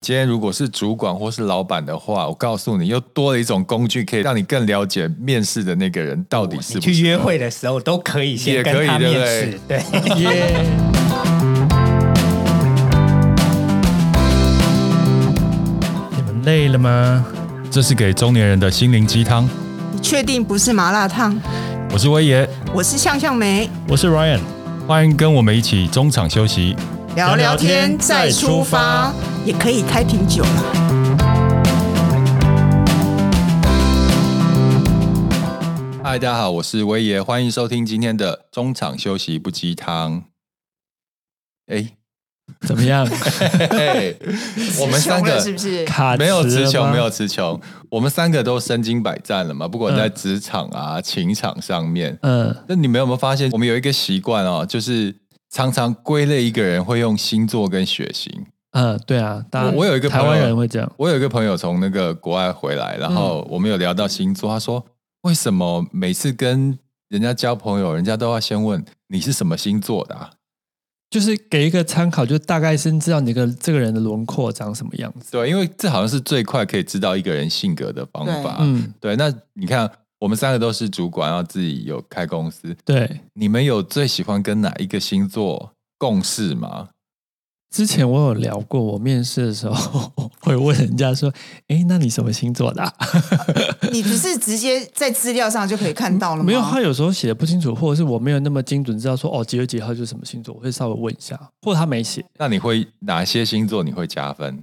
今天如果是主管或是老板的话，我告诉你，又多了一种工具，可以让你更了解面试的那个人到底是你不是去约会的时候都可以也先可跟以他对不面对试，对。 你们累了吗？这是给中年人的心灵鸡汤。你确定不是麻辣烫？我是威爷，我是向向梅，我是 Ryan，欢迎跟我们一起中场休息。聊聊聊天天再再出出发发，也可以开瓶酒了。嗨，大家好，我是威爷，欢迎收听今天的中场休息不鸡汤。哎，怎么 样？嘿嘿 我们三穷个了是不是？卡没有词词了穷，吗没有词穷，我们三个都身经百战了嘛，不管在职场啊、情场上面。嗯，那你们有没有发现，我们有一个习惯哦，就是常常归类一个人会用星座跟血型。嗯，对啊，大家我我有一个朋台友湾人会这样，我有一个朋友从那个国外回来，然后我们有聊到星座，他说为什么每次跟人家交朋友，人家都要先问你是什么星座的、啊？就是给一个参考，就大概先知道你个这个人的轮廓长什么样子。对，因为这好像是最快可以知道一个人性格的方法。嗯，对，那你看，我们三个都是主管，然后啊自己有开公司，对。你们有最喜欢跟哪一个星座共事吗？之前我有聊过，我面试的时候 会问人家说：“哎，那你什么星座的啊、你不是直接在资料上就可以看到了吗？没有，他有时候写的不清楚，或者是我没有那么精准知道说哦几月几号就是什么星座，我会稍微问一下，或者他没写。那你会哪些星座你会加分？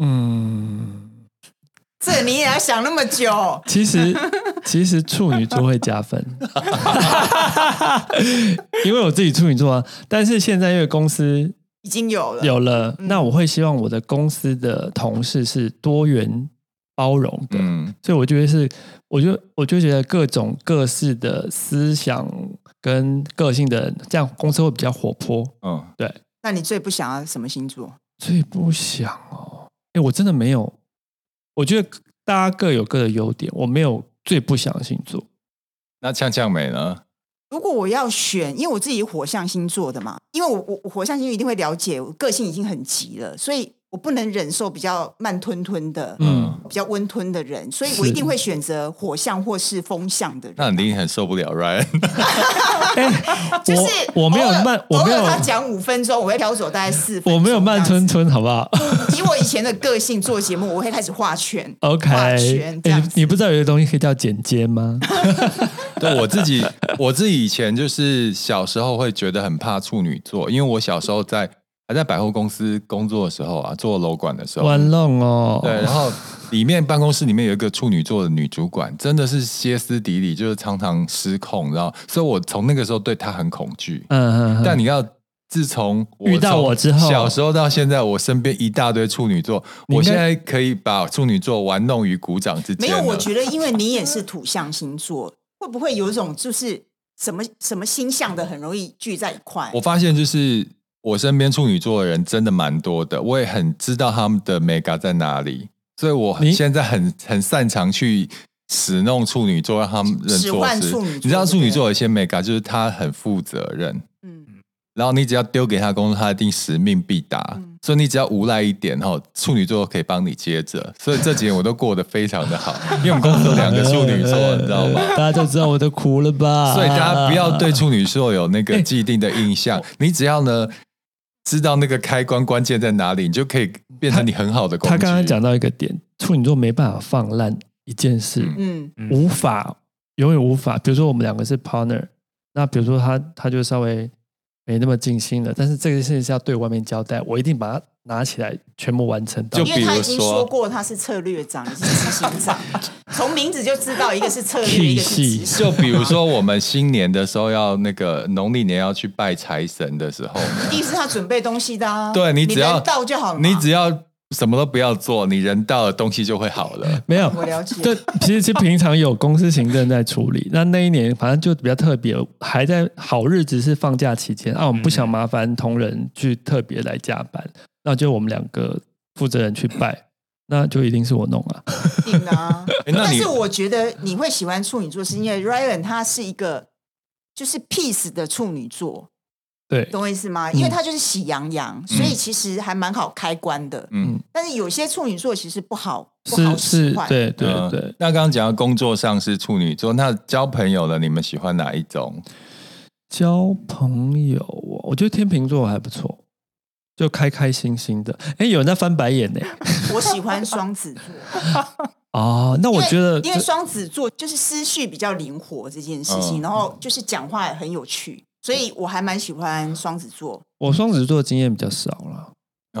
嗯，？这你也要想那么久其 实其实处女座会加分， 因为我自己处女座啊。但是现在因为公司已经有了，有了，嗯那我会希望我的公司的同事是多元包容的，嗯，所以我觉得是，我就我就觉得各种各式的思想跟个性的人，这样公司会比较活泼。嗯，那你最不想要什么星座？最不想哦，哎，我真的没有，我觉得大家各有各的优点，我没有最不想的星座。那呛呛美呢？如果我要选，因为我自己火象星座的嘛，因为我我我火象星座一定会了解，我个性已经很急了，所以我不能忍受比较慢吞吞的、嗯比较温吞的人，所以是我一定会选择火象或是风象的人。那你一定很受不 了，Ryan。哦就是我我没有偶尔慢我没有偶尔他讲五分钟，我会挑走大概四分钟。我没有慢吞这吞，好不 好样子。以我以前的个性做节目，我会开始画圈？OK，画诶圈这样你子。你不知道有一个东西可以叫剪接 吗？对我自己， 我自己以前就是小时候会觉得很怕处女座，因为我小时候在还在百货公司工作的时候啊，做楼管的时候，玩弄哦，对，然后里面办公室里面有一个处女座的女主管，真的是歇斯底里，就是常常失控，然后，所以我从那个时候对她很恐惧。嗯嗯，但你你要自从我遇到从我之后小时候到现在，我身边一大堆处女座，你应我该现在可以把处女座玩弄于股掌之没间了。有，我觉得因为你也是土象星座，会不会有一种就是什么什么星象的很容易聚在一块我？发现就是我身边处女座的人真的蛮多的，我也很知道他们的 mega 在哪里，所以我你现在很很擅长去使弄处女座，让他们认使做唤事处女。你知道座处对女不座有一些 mega 就是他很负责任，嗯，然后你只要丢给他工作，他一定使命必达。嗯所以你只要无赖一点哈，处女座可以帮你接着。所以这几年我都过得非常的好，因为我们公司有两个处女座，你知道吗？ 大家就知道我都哭了吧？所以大家不要对处女座有那个既定的印哎象，你只要呢知道那个开关关键在哪里，你就可以变成你很好的工具。他刚刚讲到一个点，处女座没办法放烂一件事，嗯嗯，无法永远无法。比如说我们两个是 partner，那比如说他他就稍微没那么尽心了，但是这个事情是要对外面交代，我一定把它拿起来全部完成到就。因为他已比经如说说过他是策略长，也是执行长，从名字就知道一个是策略，一个是屁事执行。就比如说我们新年的时候要那个农历年要去拜财神的 时候，一定是他准备东西的、啊。对你只要人到就好了嘛。你只要什么都不要做，你人到了东西就会好了。没有，我了解对，其实其实平常有公司行政在处理，那那一年反正就比较特别，还在好日子是放假期间啊，我们不想麻烦同仁去特别来加班，那就我们两个负责人去拜，那就一定是我弄啊。定啊。 诶那但你是我觉得你会喜欢处女座，是因为 Ryan 他是一个就是 peace 的处女座，对，懂我意思吗？嗯因为它就是喜羊羊，所以其实还蛮好开关的。嗯，但是有些处女座其实不好，不好是使是，唤。对 对嗯对。那刚刚讲到工作上是处女座，那交朋友呢？你们喜欢哪一种？交朋友哦，我觉得天秤座还不错，就开开心心的。哎，有人在翻白眼 呢。我喜欢 双子座，哦，那我觉得因为因为这双子座就是思绪比较灵活这件事情，嗯然后就是讲话也很有趣，所以我还蛮喜欢双子座。我双子座的经验比较少哦了。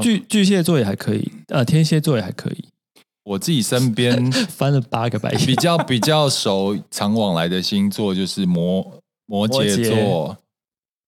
巨巨蟹座也还可以，呃，天蝎座也还可以，我自己身 边翻了八个白哎比 眼。较比较熟、常往来的星座就是摩摩羯摩座、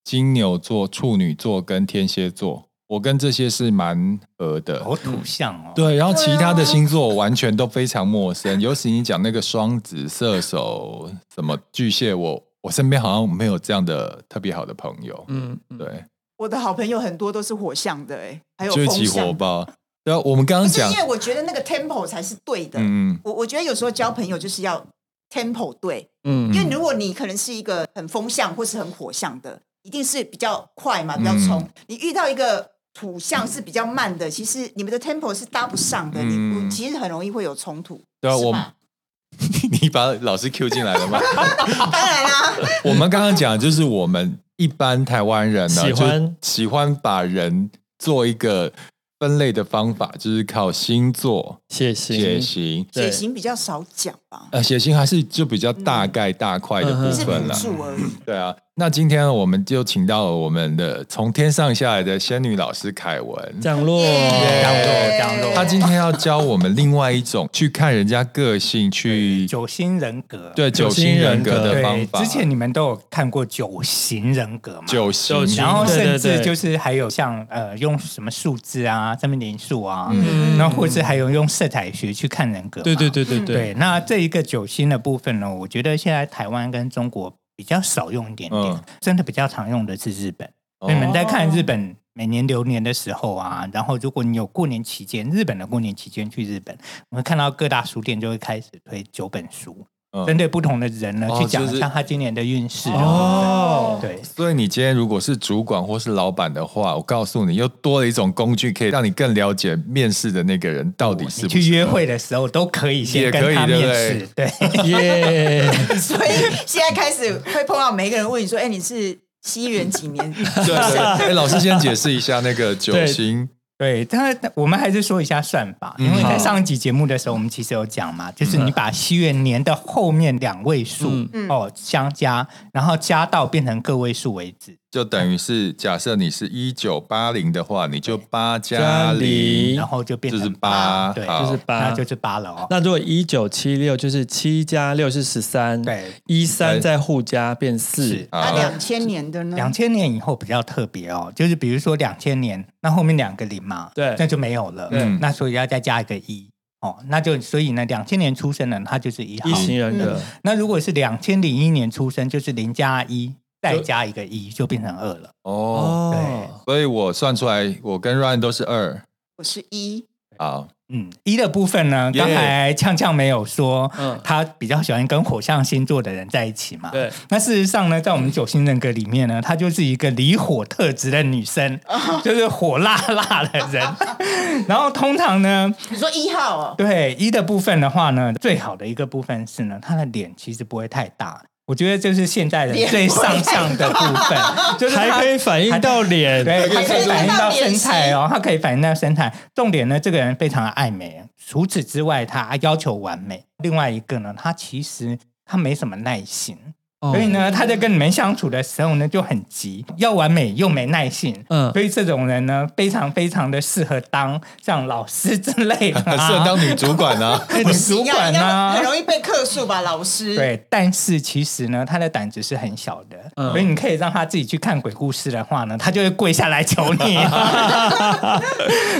金牛座、处女座跟天蝎座。我跟这些是蛮合的，好土象哦。，对，然后其对啊他的星座我完全都非常陌生，尤其你讲那个双子、射手、什么巨蟹，我我身边好像没有这样的特别好的朋友。嗯，嗯对，我的好朋友很多都是火象的、哎，还有就是风起象火。爆。对啊，我们刚不刚是讲因，为我觉得那个 tempo 才是对的。嗯，我我觉得有时候交朋友就是要 tempo 对，嗯，因为如果你可能是一个很风向或是很火象的，一定是比较快嘛，比较冲。嗯你遇到一个土象是比较慢的，其实你们的 tempo 是搭不上的，你嗯你其实很容易会有 冲突。对啊，是我吧你把老师 Q 进来了吗？当然啦、我们刚刚讲就是我们一般台湾人呢，喜欢就喜欢把人做一个分类的方法，就是靠星座、谢谢血型。对血型比较少讲吧，呃，血型还是就比较大概大块的部是分辅啦。助而已。对啊，那今天我们就请到了我们的从天上下来的仙女老师凯文，降落。降落耶降落她哦今天要教我们另外一种去看人家个性，去九星人格。对九九星型人人格格的对方法。之前你们都有看过九型人格嘛？九型，九型然后甚对对至对就是还有像呃用什么数字啊，上面连数啊，嗯然后或者还有用色彩学去看人格嘛。对对对对对对，那这一个九星的部分呢，我觉得现在台湾跟中国比较少用一点点，嗯真的比较常用的是日本。哦你们在看日本每年流年的时候啊，然后如果你有过年期间，日本的过年期间去日本，我们看到各大书店就会开始推九本书，嗯针对不同的人呢，哦去讲就是一下他今年的运势哦。哦对，所以你今天如果是主管或是老板的话，我告诉你，又多了一种工具，可以让你更了解面试的那个人到底是哦你不是去约会的时候都可以也先可以跟他对不面对试，对，耶！ 所以现在开始会碰到每一个人问你说：“哎、你是西元 几年？”对对对，哎，老师先解释一下那个九对型， 对，但我们还是说一下算法，因嗯为在上一集节目的时候，我们其实有讲嘛，就是你把西元年的后面两位数、嗯哦相加，然后加到变成个位数为止，就等于是假设你是一九八零的话，你就八加加零零，然后就变就成是八，对，好就是八那就是八了哦。那如果一九七六就是七加六是十三，对，一三再互加变四是，那好两千年的呢？两千年以后比较特别哦，就是比如说两千年，那后面两个零嘛，对那就没有了，嗯对那所以要再加一个一哦，那就所以呢，两千年出生的他就是一号一，型嗯人格。那如果是两千零一年出生，就是零加一，再加一个一，就变成二了。哦。哦，所以我算出来，我跟 Ryan 都是二，啊我是一，好，嗯，一的部分呢，耶刚才呛呛没有说，嗯他比较喜欢跟火象星座的人在一起嘛。对，那事实上呢，在我们九型人格里面呢，她就是一个离火特质的女生，就是火辣辣的人。然后通常呢，你说一号哦，对一的部分的话呢，最好的一个部分是呢，她的脸其实不会太大。我觉得就是现代人脸最上相的部分，就是还她可以反映到脸，对，它可以反映到脸身型材哦，它可以反映到身材。重点呢，这个人非常的爱美，除此之外，他要求完美。另外一个呢，他其实他没什么耐心，哦所以呢，他在跟你们相处的时候呢，就很急，要完美又没耐性。嗯所以这种人呢，非常非常的适合当像老师之类 的、很适合当女主管 啊。当主管一样啊，很容易被客诉吧，老师。，对，但是其实呢，他的胆子是很小的，嗯所以你可以让他自己去看鬼故事的话呢，他就会跪下来求你。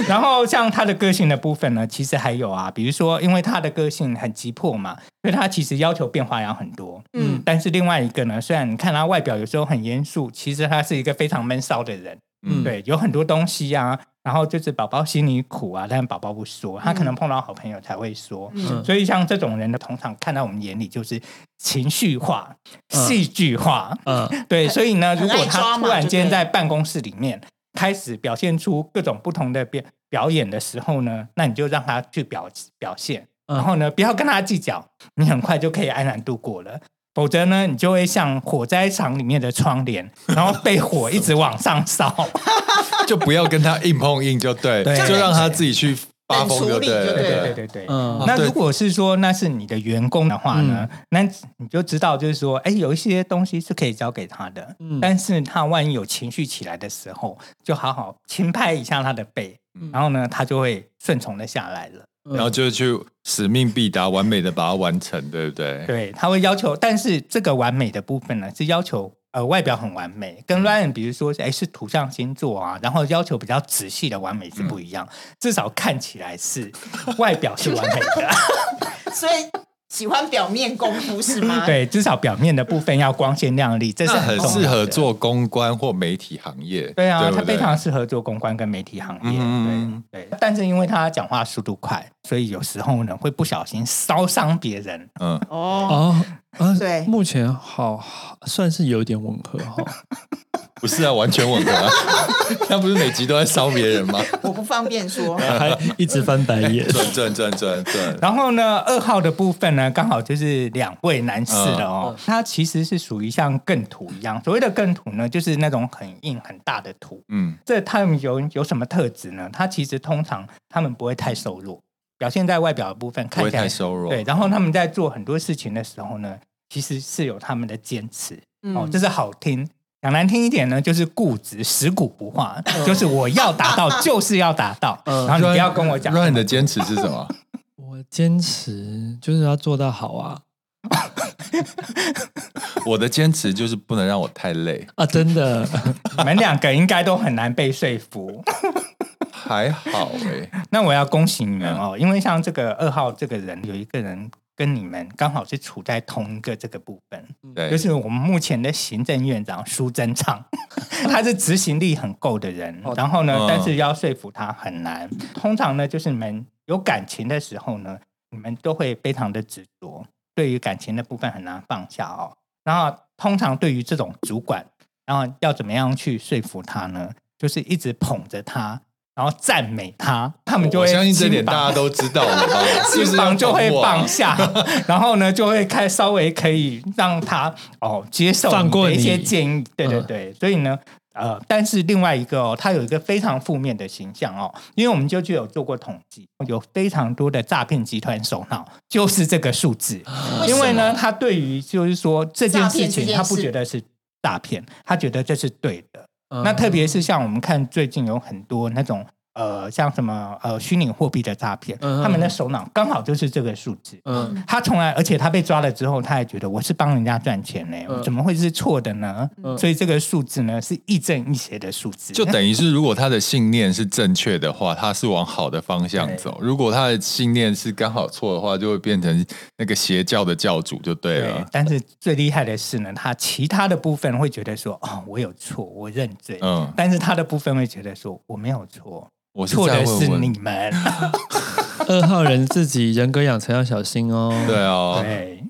然后像他的个性的部分呢，其实还有啊，比如说，因为他的个性很急迫嘛，所以他其实要求变化要很多。嗯，但是另外一个呢，虽然你看他外表有时候很严肃，其实他是一个非常闷骚的人。嗯对，有很多东西啊，然后就是宝宝心里苦啊，但宝宝不说，他可能碰到好朋友才会说。嗯所以像这种人的，通常看到我们眼里就是情绪化、嗯戏剧化。嗯，对，所以呢，很如果爱抓他突嘛然就间对在办公室里面开始表现出各种不同的表表演的时候呢，那你就让他去表表现，嗯然后呢，不要跟他计较，你很快就可以安然度过了。否则呢，你就会像火灾场里面的窗帘，然后被火一直往上烧。就不要跟他硬碰硬，就对，对就让他自己去发冷疯，处就理对就了，对对对对。对对。嗯那对如果是说那是你的员工的话呢，那你就知道就是说，哎，有一些东西是可以交给他的，嗯但是他万一有情绪起来的时候，就好好轻拍一下他的背，嗯然后呢，他就会顺从的下来了。然后就去使命必达，完美的把它完成，对不对？对，他会要求，但是这个完美的部分呢，是要求呃外表很完美，跟 Ryan 比如说哎是土象星座啊，然后要求比较仔细的完美是不一样，至少看起来是外表是完美的。所以喜欢表面功夫是吗？，对，至少表面的部分要光鲜亮丽，这是那很很重要的适合。做公关或媒体行业。对啊，不他对非常适合做公关跟媒体行业。嗯对对，但是因为他讲话速度快，所以有时候呢会不小心烧伤别人。嗯，哦，哦，啊对目前好算是有点吻合哈。 不是啊，完全吻合、啊。 那不是每集都在烧别人 吗？我不方便说。还一直翻白眼。转转转转 转，然后呢，二号的部分呢，刚好就是两位男士了哦。他其实是属于像更土一样，所谓的更土呢，就是那种很硬很大的土。嗯，这他们有有什么特质呢？他其实通常他们不会太瘦弱，表现在外表的部分不看会起来太瘦弱。对，然后他们在做很多事情的时候呢，其实是有他们的坚持、嗯哦，这是好听。讲难听一点呢，就是固执、食古不化， 就是我要达到，就是要达到，嗯然后你不要跟我讲。 Ryan 的坚持是什么？ 我坚持就是要做到好啊我的坚持就是不能让我太累，啊！真的，你们两个应该都很难被说服。还好哎、那我要恭喜你们哦，因为像这个二号这个人，有一个人跟你们刚好是处在同一个这个部分，对，就是我们目前的行政院长苏贞昌，他是执行力很够的人哦，然后呢嗯，但是要说服他很难。通常呢，就是你们有感情的时候呢，你们都会非常的执着，对于感情的部分很难放下哦。然后通常对于这种主管，然后要怎么样去说服他呢？就是一直捧着他，然后赞美他，他们就哦我会相信这点心绑大家都知道了吧？ 心 是房就会绑啊放下， 然后呢就会开稍微可以让他哦接受放过你的一些你建议，对对嗯对，所以呢。呃，但是另外一个哦，他有一个非常负面的形象哦，因为我们就具有做过统计，有非常多的诈骗集团首脑就是这个数字，因为呢，他对于就是说这件诈事骗这情，件他不事觉得是诈骗，他觉得这是对的， 那那特别是像我们看最近有很多那种呃，像什么呃虚拟货币的诈骗，嗯嗯他们的首脑刚好就是这个数字。嗯他从来，而且他被抓了之后，他还觉得我是帮人家赚钱呢、嗯我怎么会是错的呢？嗯所以这个数字呢是亦正亦邪的数字，就等于是，如果他的信念是正确的话，他是往好的方向走；如果他的信念是刚好错的话，就会变成那个邪教的教主就对对了。。但是最厉害的是呢，他其他的部分会觉得说，哦，我有错，我认罪。嗯，但是他的部分会觉得说，我没有错，我是错在的是问问，你们。二号人自己人格养成要小心哦。对哦，对，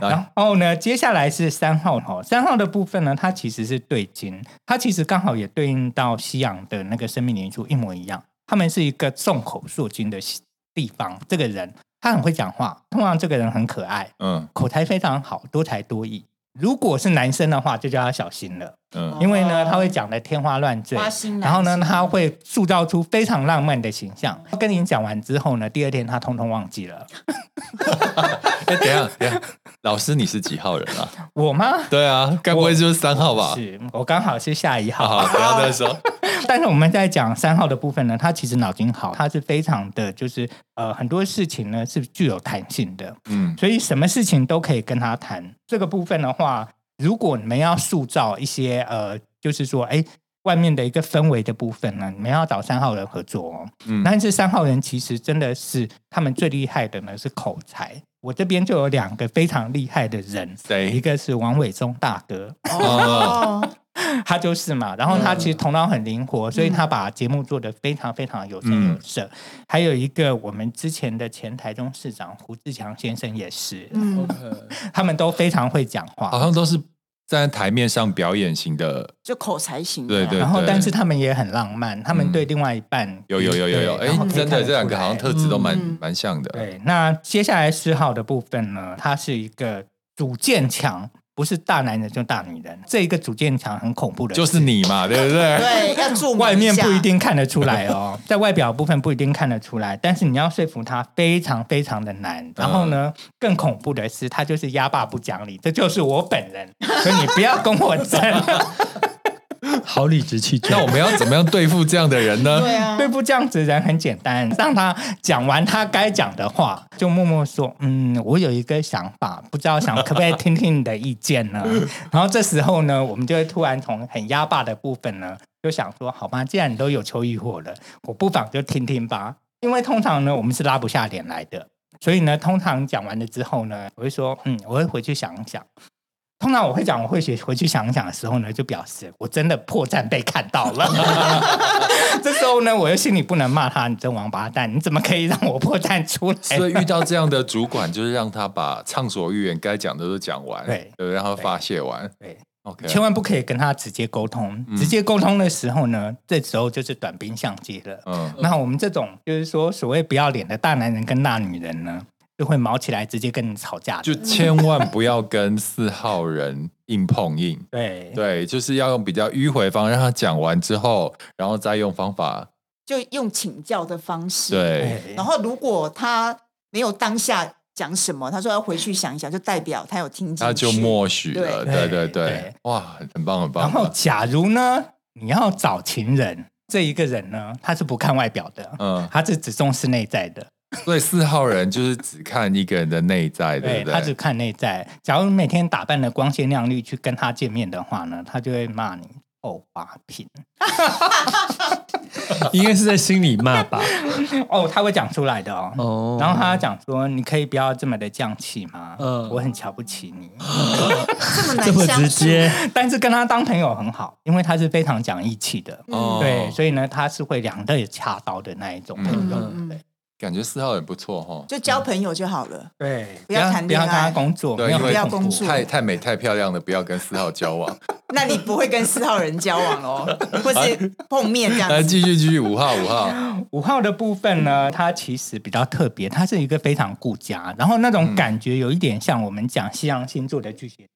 来然后呢，接下来是三号哦，三号的部分呢，它其实是对经，它其实刚好也对应到西洋的那个生命灵数一模一样，他们是一个众口铄金的地方。这个人他很会讲话，通常这个人很可爱，嗯口才非常好，多才多艺。如果是男生的话，就叫他小心了，嗯，因为呢，哦他会讲的天花乱坠，花心男然后呢，性他会塑造出非常浪漫的形象。跟你讲完之后呢，第二天他通通忘记了。哎，等一下，等一下，老师你是几号人啊？我吗？对啊，该不会就是 三号吧？是我刚好是下一好号，好，不要再说。 但是我们在讲三号的部分呢，他其实脑筋好，他是非常的，就是呃很多事情呢是具有弹性的， 嗯，所以什么事情都可以跟他谈。这个部分的话，如果你们要塑造一些呃，就是说哎。外面的一个氛围的部分呢，你们要找三号人合作哦。嗯但是三号人其实真的是他们最厉害的呢是口才。我这边就有两个非常厉害的人，一谁？个是王伟忠大哥，哦哦， 他就是嘛。然后他嗯其实头脑很灵活，所以他把节目做得非常非常有声有色。嗯还有一个我们之前的前台中市长胡志强先生也是，嗯，他们都非常会讲话好。像都是站在台面上表演型的，就口才型的，对对然后，对嗯但是他们也很浪漫，他们对另外一半有有有有有，对哎然后，可以真看的得这两出个来好像特质都蛮嗯蛮像的，对，那接下来十号的部分呢，它是一个主见强，不是大男人就大女人。这一个主见强很恐怖的，就是你嘛，对不对？对，要注明外面下不一，定看得出来哦， 在外表部分不一定看得出来，但是你要说服他非常非常的难。然后呢，嗯更恐怖的是，他就是压爸不讲理，这就是我本人，所以你不要跟我争。好理直气 那壮我。们要怎么样对付这样的人呢？ 对 啊，对付这样子的人很简单，让他讲完他该讲的话，就默默说：“嗯，我有一个想法，不知道想可不可以听听你的意见 呢？”然后这时候呢，我们就会突然从很压霸的部分呢，就想说：“好吧，既然你都有求于我了，我不妨就听听吧。”因为通常呢，我们是拉不下脸来的，所以呢，通常讲完了之后呢，我会说：“嗯，我会回去想一想。”通常我会讲，我会去回去想一想的时候呢，就表示我真的破绽被看到 了。 这时候呢，我又心里不能骂他，你这王八蛋，你怎么可以让我破绽出 所以来？遇到这样的主管，就是让他把畅所欲言该讲的都讲完，对对，让他发泄完对， ，OK，千万不可以跟他直接沟通。嗯直接沟通的时候呢，这时候就是短兵相接了。嗯，那我们这种就是说所谓不要脸的大男人跟大女人呢，就会毛起来直接跟你吵架的。就千万不要跟四号人硬碰硬，对对，就是要用比较迂回方，让他讲完之后，然后再用方法，就用请教的方式，。对，对然后如果他没有当下讲什么，他说要回去想一想，就代表他有听进去，他就默许了，对对对对对对，哇，很棒很然棒，后，假如呢，你要找情人，这一个人呢，他是不看外表的，嗯，他是只重视内在的。所以四号人就是只看一个人的内在，对对不他只对？看内在。假如你每天打扮的光鲜亮丽去跟他见面的话呢，他就会骂你哦臭八品。应该是在心里骂吧。嗯哦，他会讲出来的哦。哦，然后他讲说：“你可以不要这么的降气吗？嗯我很瞧不起你。 这这么难么相直处，接，但是跟他当朋友很好，因为他是非常讲义气的，哦对，所以呢，他是会两肋插刀的那一种朋友。嗯嗯，感觉四号人不错哈，就交朋友就好了。对，不要谈不要恋跟他爱工作，对没因有很为不要恐工怖作太太美太漂亮的不要跟四号交往，那你不会跟四号人交往哦，或是碰面这来样子。继续继续五号五号， 五号的部分呢，它其实比较特别，它是一个非常顾家，然后那种感觉有一点像我们讲西洋星座的巨蟹，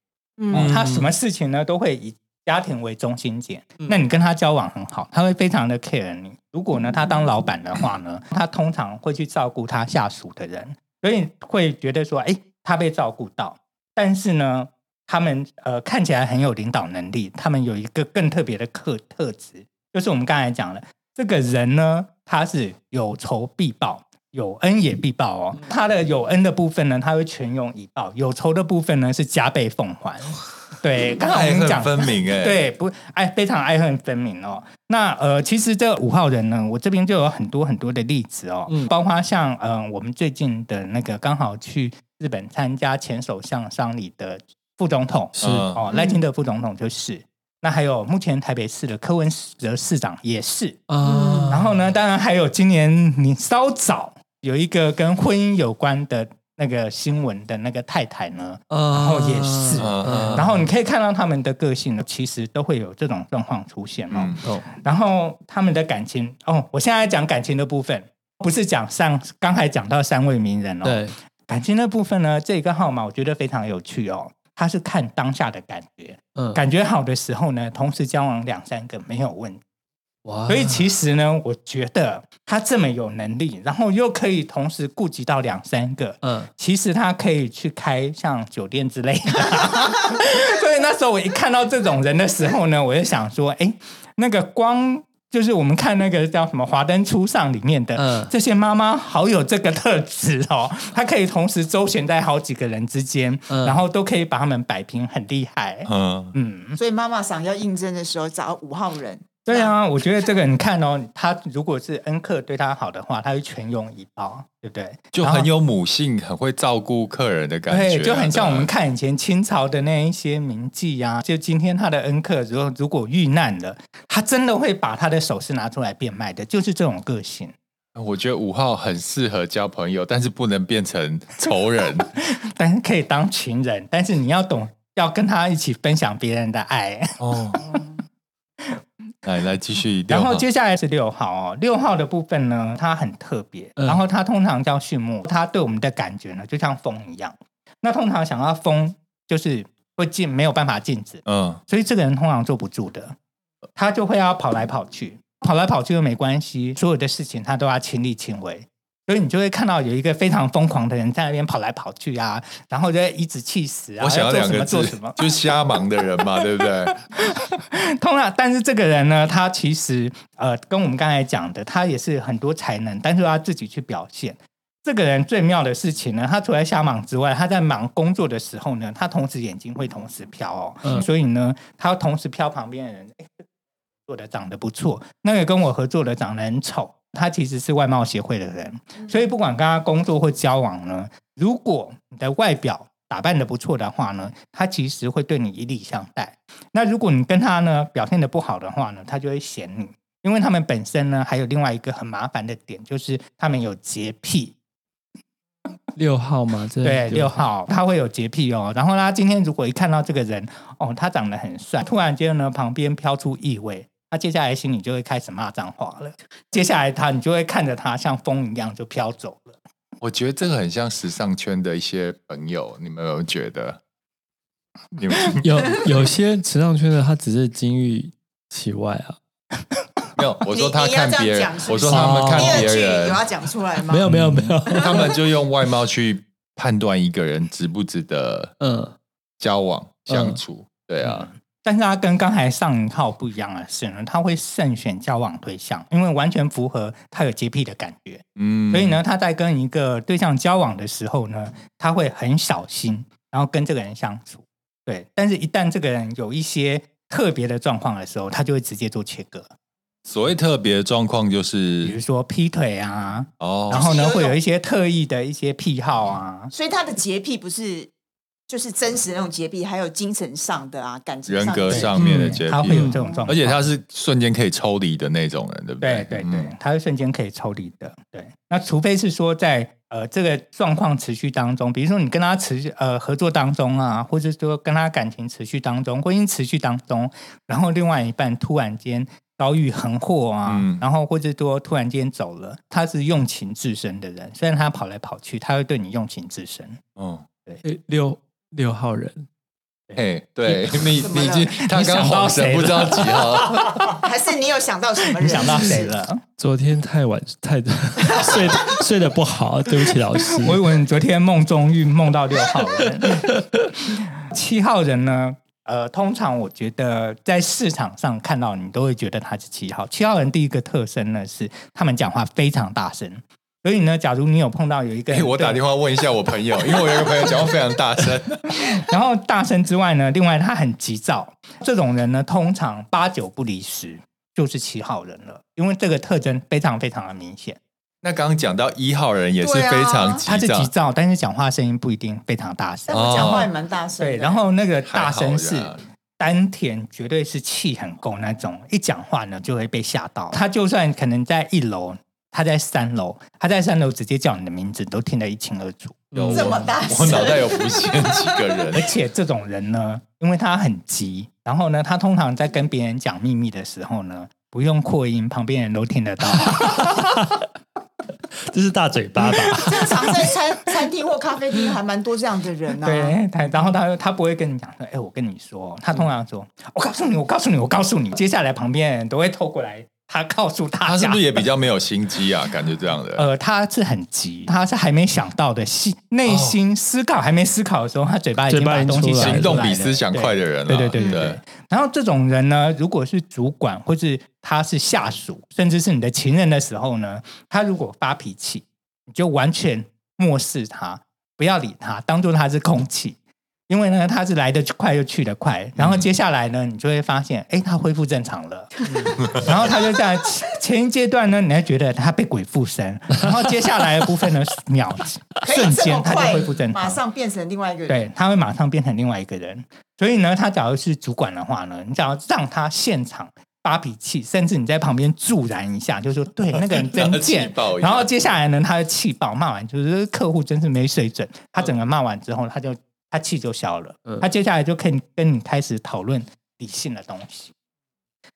嗯，他什么事情呢都会以家庭为中心点。那你跟他交往很好，他会非常的 care 你。如果呢他当老板的话呢，他通常会去照顾他下属的人，所以会觉得说，哎，他被照顾到。但是呢，他们呃看起来很有领导能力，他们有一个更特别的特特质，就是我们刚才讲的，这个人呢，他是有仇必报。有恩也必报哦，嗯他的有恩的部分呢，他会全用以报；有仇的部分呢，是加倍奉还。 对，刚才爱我们讲恨分明哎，，对，不爱非常爱恨分明哦。那呃，其实这五号人呢，我这边就有很多很多的例子哦，嗯包括像嗯、呃我们最近的那个刚好去日本参加前首相丧礼的副总统是嗯哦，赖清德副总统就是。那还有目前台北市的柯文哲市长也是，啊。然后呢，当然还有今年你稍早有一个跟婚姻有关的那个新闻的那个太太呢，然后也是啊嗯然后你可以看到他们的个性呢，其实都会有这种状况出现哦。嗯哦，然后他们的感情哦，我现在讲感情的部分，不是讲上刚才讲到三位名人哦，对，感情的部分呢，这个号码我觉得非常有趣哦，它是看当下的感觉，嗯，感觉好的时候呢，同时交往两三个没有问题。哇所以其实呢，我觉得他这么有能力，然后又可以同时顾及到两三个，嗯，其实他可以去开像酒店之类的。 所以那时候我一看到这种人的时候呢，我就想说，哎，那个光就是我们看那个叫什么《华灯初上》里面的、嗯这些妈妈，好有这个特质哦，她可以同时周旋在好几个人之间，嗯哦然后都可以把他们摆平，很厉害。嗯，嗯，所以妈妈想要应征的时候找五号人，对啊，我觉得这个你看哦，他如果是恩客对他好的话，他会全用一包，对不对？就然后很有母性，很会照顾客人的感觉啊，对，就很像我们对啊看以前清朝的那一些名妓呀、就今天他的恩客如果如果遇难了，他真的会把他的首饰拿出来变卖的，就是这种个性。我觉得五号很适合交朋友，但是不能变成仇 人。但是可以当情人，但是你要懂要跟他一起分享别人的爱。哦，来来继续六然号，后接下来是六号哦，六号的部分呢，它很特别，嗯然后它通常叫畜牧，它对我们的感觉呢，就像风一样。那通常想要风，就是会禁，没有办法禁止，嗯，所以这个人通常坐不住的，他就会要跑来跑去，跑来跑去又没关系，所有的事情他都要亲力亲为。所以你就会看到有一个非常疯狂的人在那边跑来跑去啊，然后就在一直气死啊，我想要要做两什么个做字什么，，就是瞎忙的人 嘛，对不对？通常，但是这个人呢，他其实呃，跟我们刚才讲的，他也是很多才能，但是他自己去表现。这个人最妙的事情呢，他除了瞎忙之外，他在忙工作的时候呢，他同时眼睛会同时飘哦，嗯所以呢，他同时飘旁边的人，诶做的长得不错，那个跟我合作的长得很丑，他其实是外貌协会的人，所以不管跟他工作或交往呢，如果你的外表打扮的不错的话呢，他其实会对你以礼相待。那如果你跟他呢表现的不好的话呢，他就会嫌你，因为他们本身呢还有另外一个很麻烦的点，就是他们有洁癖。六号嘛，这对，六，号他会有洁癖哦。然后他今天如果一看到这个人，哦，他长得很帅，突然间呢旁边飘出异味。他接下来心里就会开始骂脏话了。接下来他，你就会看着他像风一样就飘走了。我觉得这个很像时尚圈的一些朋友，你们有没有觉得？你们有有些时尚圈的他只是金玉其外啊，没 有？我说他你你要看这样别人讲，是不我是说他们看第二别句有人，要讲出来吗？没有没有没有，他们就用外貌去判断一个人值不值得嗯，交往相嗯处。对啊，但是他跟刚才上一号不一样的是呢，他会慎选交往对象，因为完全符合他有洁癖的感觉。嗯，所以呢，他在跟一个对象交往的时候呢，他会很小心，然后跟这个人相处。对，但是一旦这个人有一些特别的状况的时候，他就会直接做切割，所谓特别的状况就比如是说劈腿啊，哦，然后呢就是有一种会有一些特异的一些癖好啊，所以他的洁癖不是就是真实的那种洁癖，还有精神上的啊，感情人上的格洁癖上面的洁嗯癖他会有这种状况，而且他是瞬间可以抽离的那种人，对不对对嗯对对，他会瞬间可以抽离的。对，那除非是说在呃这个状况持续当中，比如说你跟他持续呃合作当中啊，或者说跟他感情持续当中、婚姻持续当中，然后另外一半突然间遭遇横祸啊，嗯然后或者说突然间走了，他是用情至深的人，虽然他跑来跑去，他会对你用情至深。嗯，诶六六号人，嘿，对你怎么你已了经他刚你想红到谁神不知道几 号，还是你有想到什么人？你 想到是不是谁？了？昨天太晚太 睡得睡得不好，对不起老 师，我以为你昨天梦中遇梦到六号人，七号人呢？呃，通常我觉得在市场上看到你都会觉得他是七号。七号人第一个特征呢是他们讲话非常大声，所以呢，假如你有碰到有一个哎，人，我打电话问一下我朋友，因为我有一个朋友讲话非常大 声，然后大声之外呢，另外他很急躁，这种人呢，通常八九不离十就是七号人了，因为这个特征非常非常的明显。那刚刚讲到一号人也是对啊非常急他是躁急，躁，但是讲话声音不一定非常大声但。我讲话也蛮大声的。对，然后那个大声还是好啦丹田，绝对是气很够那种，一讲话呢就会被吓到。他就算可能在一楼，他在三楼，他在三楼直接叫你的名字，你都听得一清二楚。有这么我大我声脑袋有浮现几个而人，且这种人呢，因为他很急，然后呢，他通常在跟别人讲秘密的时候呢，不用扩音，旁边人都听得到。这是大嘴 巴吧？正常在餐餐厅或咖啡厅还蛮多这样的人啊。对，他然后他他不会跟你讲说，哎、我跟你说，他通常说，我告诉你，我告诉你，我告诉你。接下来旁边的人都会透过来，他告诉大 家，他是不是也比较没有心机啊？感觉这样的，呃，他是很急，他是还没想到的，心内心思考还没思考的时候，他嘴巴已经哦嘴巴把已经东西出来想了行动出来比了思想对快的人啊，对对对对对对。然后这种人呢，如果是主管或是他是下属，甚至是你的情人的时候呢，他如果发脾气，你就完全漠视他，不要理他，当做他是空气。因为呢，他是来得快又去得快，然后接下来呢，你就会发现，哎，他恢复正常了，然后他就在前前一阶段呢，你还觉得他被鬼附身，然后接下来的部分呢， 秒可瞬以这间么他就快恢复正常，马上变成另外一个人。对，他会马上变成另外一个人。所以呢，他假如是主管的话呢，你只要让他现场发脾气，甚至你在旁边助燃一下，就说对那个人 让他真气贱爆。一下然后接下来呢，他就气爆，骂完就是客户真是没水准。他整个骂完之后，他就他气就消了，嗯他接下来就可以跟你开始讨论理性的东西。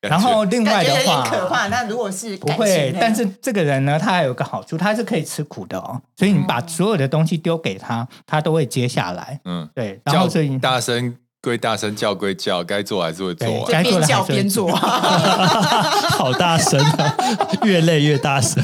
感然觉后另外的感觉有点话，可怕。那如果是不感会情，呢但是这个人呢，他还有个好处，他是可以吃苦的哦。所以你嗯把所有的东西丢给他，他都会接下来。嗯，对，然叫后所以大声归大声，叫归叫，该做还是会做啊对完。该做边的叫还是会 边做，好大声啊，越累越大声。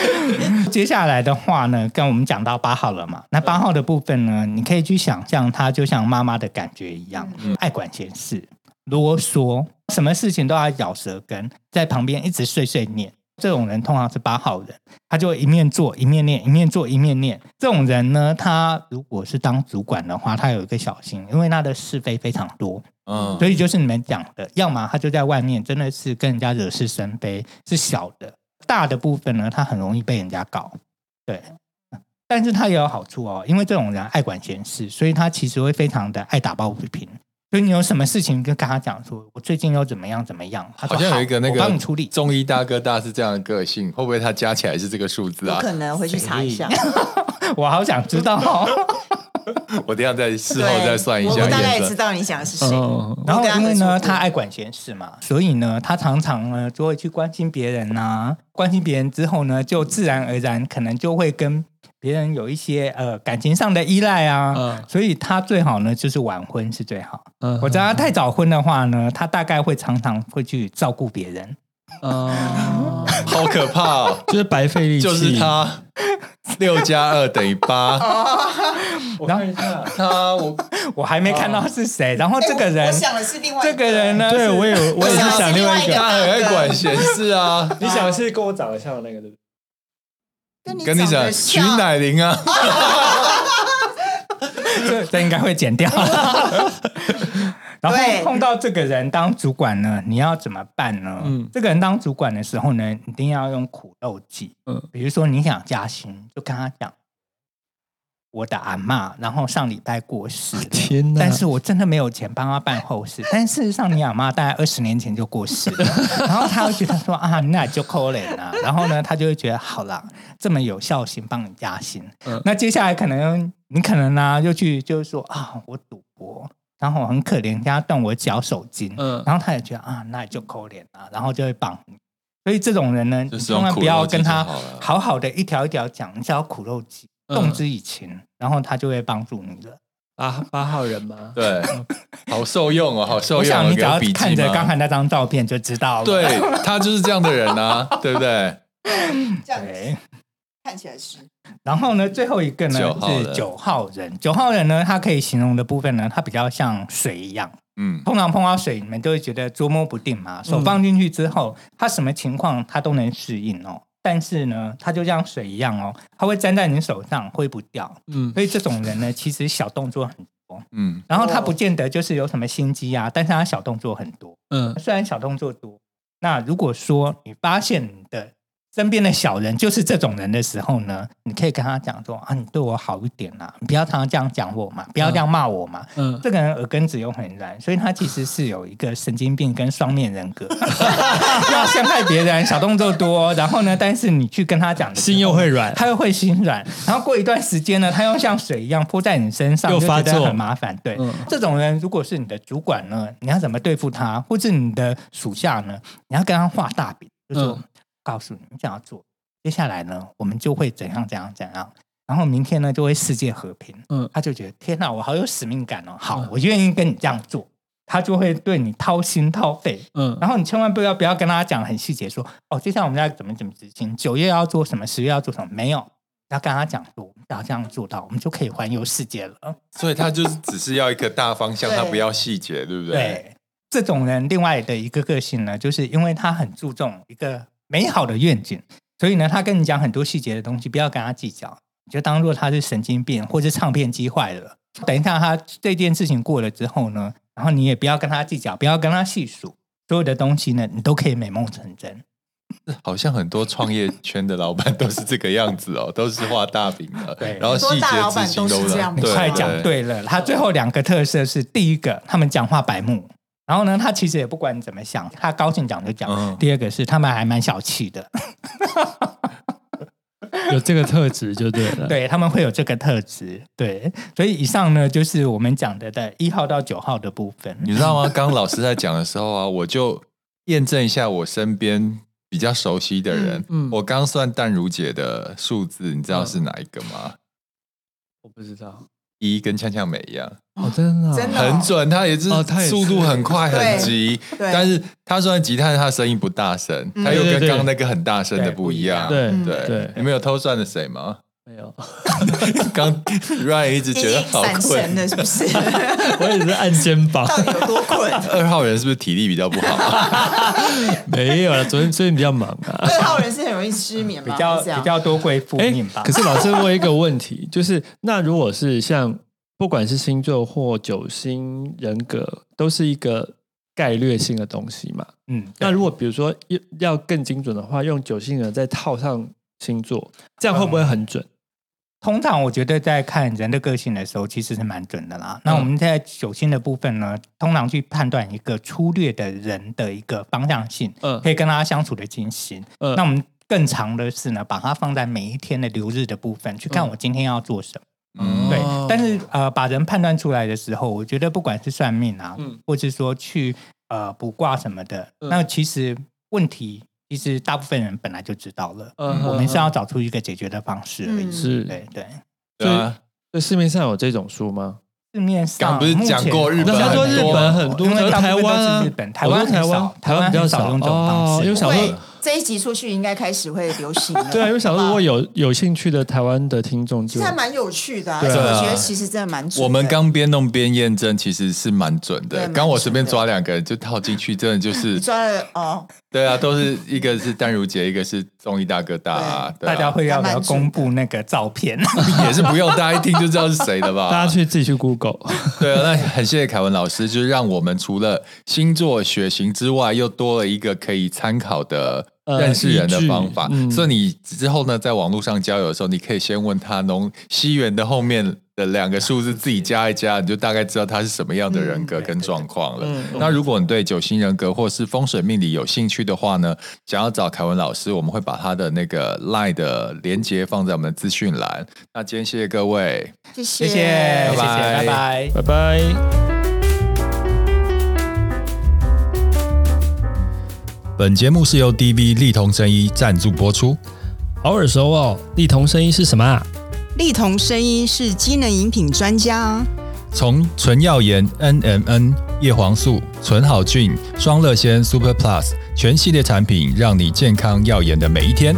接下来的话呢，跟我们讲到八号了嘛，那八号的部分呢，你可以去想象它就像妈妈的感觉一样，嗯爱管闲事、啰嗦，什么事情都要咬舌根，在旁边一直碎碎念。这种人通常是八号人，他就会一面做一面念，一面做一面念。这种人呢，他如果是当主管的话，他有一个小心，因为他的是非非常多。嗯，所以就是你们讲的，要么他就在外面真的是跟人家惹是生非，是小的；大的部分呢，他很容易被人家搞。对，但是他也有好处哦，因为这种人爱管闲事，所以他其实会非常的爱打抱不平。所以你有什么事情就跟他讲说，我最近又怎么样怎么样，他说好像有一个那好个我帮你处理。中医大哥大是这样的个性，会不会他加起来是这个数字有啊？可能回去查一下。我好想知道、哦。 我等一下再事对，后再算一我下嗯我大概验也知证。道你想的是谁。哦，然后因为我呢，跟他合作过他爱管闲事嘛，所以呢，他常常呢就会去关心别人呐、关心别人之后呢，就自然而然可能就会跟别人有一些呃感情上的依赖啊。嗯所以他最好呢就是晚婚是最好。嗯我知道他太早婚的话呢，他大概会常常会去照顾别人。哦， 好可怕 哦！就是白费力气，就是。他，六加二等于八。哦 然后他 我我还没看到是谁，然后这个哦哎我人我，想的是另外一这个人呢，对是我有，我也是想另哎外一对个。啊他很爱管闲事 啊，你想的是跟我长得像的那个，对不对？跟你跟你长讲得徐像乃麟 啊，这 这应该会剪掉。然后对碰到这个人当主管呢，你要怎么办呢？嗯这个人当主管的时候呢，一定要用苦肉计。嗯比如说你想加薪，就跟他讲，我的阿嬷，然后上礼拜过世了，天哪！但是我真的没有钱帮他办后事。但事实上，你阿妈大概二十年前就过世 了，然后他会觉得说啊，那就扣脸了。然后呢，他就会觉得好啦，这么有孝心，帮你加薪。嗯那接下来可能你可能呢、就去就是说啊，我赌博，然后我很可怜，人家断我脚手筋，嗯然后他也觉得啊，那就扣脸啊，然后就会绑你。所以这种人呢，就你是千用万苦不要肉计跟就他好了好好的一条一条讲，你只要苦肉计，嗯动之以情，然后他就会帮助你了。八八号人吗？对，好受用哦，好受我用想哦。你只给我要笔记看着嘛刚才那张照片就知道了。对他就是这样的人啊， 对不对？这样子对。看起来是哎然后呢，最后一个呢九号人是九号人。九号人呢，它可以形容的部分呢，它比较像水一样。嗯，通常碰到水，你们都会觉得捉摸不定嘛。手放进去之后，它什么情况它都能适应哦。但是呢，它就像水一样哦，它会粘在你手上，挥不掉。嗯，所以这种人呢，其实小动作很多，嗯，然后他不见得就是有什么心机啊，但是他小动作很多。嗯虽然小动作多，那如果说你发现你的身边的小人就是这种人的时候呢，你可以跟他讲说啊，你对我好一点啦、你不要常常这样讲我嘛，不要这样骂我嘛。嗯，这个人耳根子又很软，所以他其实是有一个神经病跟双面人格， 要伤害别人，小动作多，然后呢，但是你去跟他讲的时候，心又会软。他又会心 软，然后过一段时间呢，他又像水一样泼在你身上，又就发觉作得很麻烦。对，嗯这种人如果是你的主管呢，你要怎么对付他，或是你的属下呢？你要跟他画大饼，就说、嗯告诉你你这样做，接下来呢，我们就会怎样怎样怎样，然后明天呢就会世界和平。嗯他就觉得天哪，我好有使命感哦，好嗯，我愿意跟你这样做，他就会对你掏心掏肺。嗯，然后你千万不要不要跟他讲很细节说，哦，接下来我们要怎么怎么执行，九月要做什么，十月要做什么，没有，要跟他讲说，我们只要这样做到，我们就可以环游世界了。所以他就是只是要一个大方向，对他不要细节，对不对？对，这种人另外的一个个性呢，就是因为他很注重一个美好的愿景，所以呢，他跟你讲很多细节的东西，不要跟他计较，你就当做他是神经病或是唱片机坏了，等一下他这件事情过了之后呢，然后你也不要跟他计较，不要跟他细数，所有的东西呢，你都可以美梦成真。好像很多创业圈的老板都是这个样子哦，都是画大饼的对，然后细节执行很多大老板都是这样能子对，快讲对了，他最后两个特色是：第一个，他们讲话白目，然后呢，他其实也不管你怎么想，他高兴讲就讲；嗯第二个是他们还蛮小气的，有这个特质就对了。，对他们会有这个特质。对，所以以上呢就是我们讲的的一号到九号的部分。你知道吗？刚刚老师在讲的时候啊， 我就验证一下我身边比较熟悉的人。嗯嗯我刚算淡如姐的数字，你知道是哪一个吗？我不知道，一跟呛呛美一样，哦，真的啊，真的哦很准，她也是哦她也是速度很快对很急，对但是她虽然急，但是她声音不大声，嗯她又对跟对对刚刚那个很大声的对不一样。不对嗯对对你们有偷算的谁吗？ 没有，刚 Ryan 一直 已觉得经好闪神困，了，是 不是？ 我也是按肩膀，到底有多困？二号人是不是体力比较不好啊？没有了。昨天最近比较忙 啊。二号人是很容易失眠比吗？较还是这样比较多贵妇哎命吧可。是老师，我有一个问题，就是那如果是像不管是星座或九星人格，都是一个概率性的东西嘛？嗯，那对如果比如说要要更精准的话，用九星人再套上星座，这样会不会很准？通常我觉得在看人的个性的时候，其实是蛮准的啦。那我们在九星的部分呢，通常去判断一个粗略的人的一个方向性，嗯可以跟他相处的进行。嗯那我们更长的是呢，把它放在每一天的流日的部分，去看嗯我今天要做什么。嗯，对哦，但是呃，把人判断出来的时候，我觉得不管是算命啊，嗯或是说去呃卜卦什么的，嗯那其实问题其实大部分人本来就知道了，嗯我们是要找出一个解决的方式而已。嗯是对对。对啊，对市面上有这种书吗？市面刚上不是讲过日本那他说很日多本很多，因为大台部分湾都啊是日本，台湾我说台很少湾，台湾比较很少少用这种方哦式。因为想说会这一集出去应该开始会流行了。对啊，因为想说如好果不好有有兴趣的台湾的听众其就实还蛮有趣的啊、而对啊且我觉得其实真的蛮准的我们刚边弄边验证，其实是蛮准对的。啊蛮刚我随便准的抓两个人就套进去，真的就 你是抓了哦，对啊，都是一个是淡如姐，一个是综艺大哥大啊，对啊大家会要不还要蛮准公布那个照片？ 也是不用，大家一听就知道是谁的吧？大家去自己去 Google。 对啊，那很谢谢凯文老师，就是让我们除了星座、血型之外，又多了一个可以参考的呃认识人的依据方法。嗯所以你之后呢，在网络上交友的时候，你可以先问他从西元的后面的两个数字自己加一加，你就大概知道他是什么样的人格跟状况了。嗯那如果你对九型人格或是风水命理有兴趣的话呢，想要找凯文老师，我们会把他的那个 LINE 的连接放在我们的资讯栏。那今天谢谢各位。谢谢谢，谢谢，拜拜拜。拜拜。本节目是由 DV 力同生一赞助播出。好耳熟哦，力同声音是什么啊？丽彤声音是机能饮品专家啊。从纯耀颜 NMN、叶黄素、纯好菌、双乐仙 Super Plus 全系列产品，让你健康耀眼的每一天。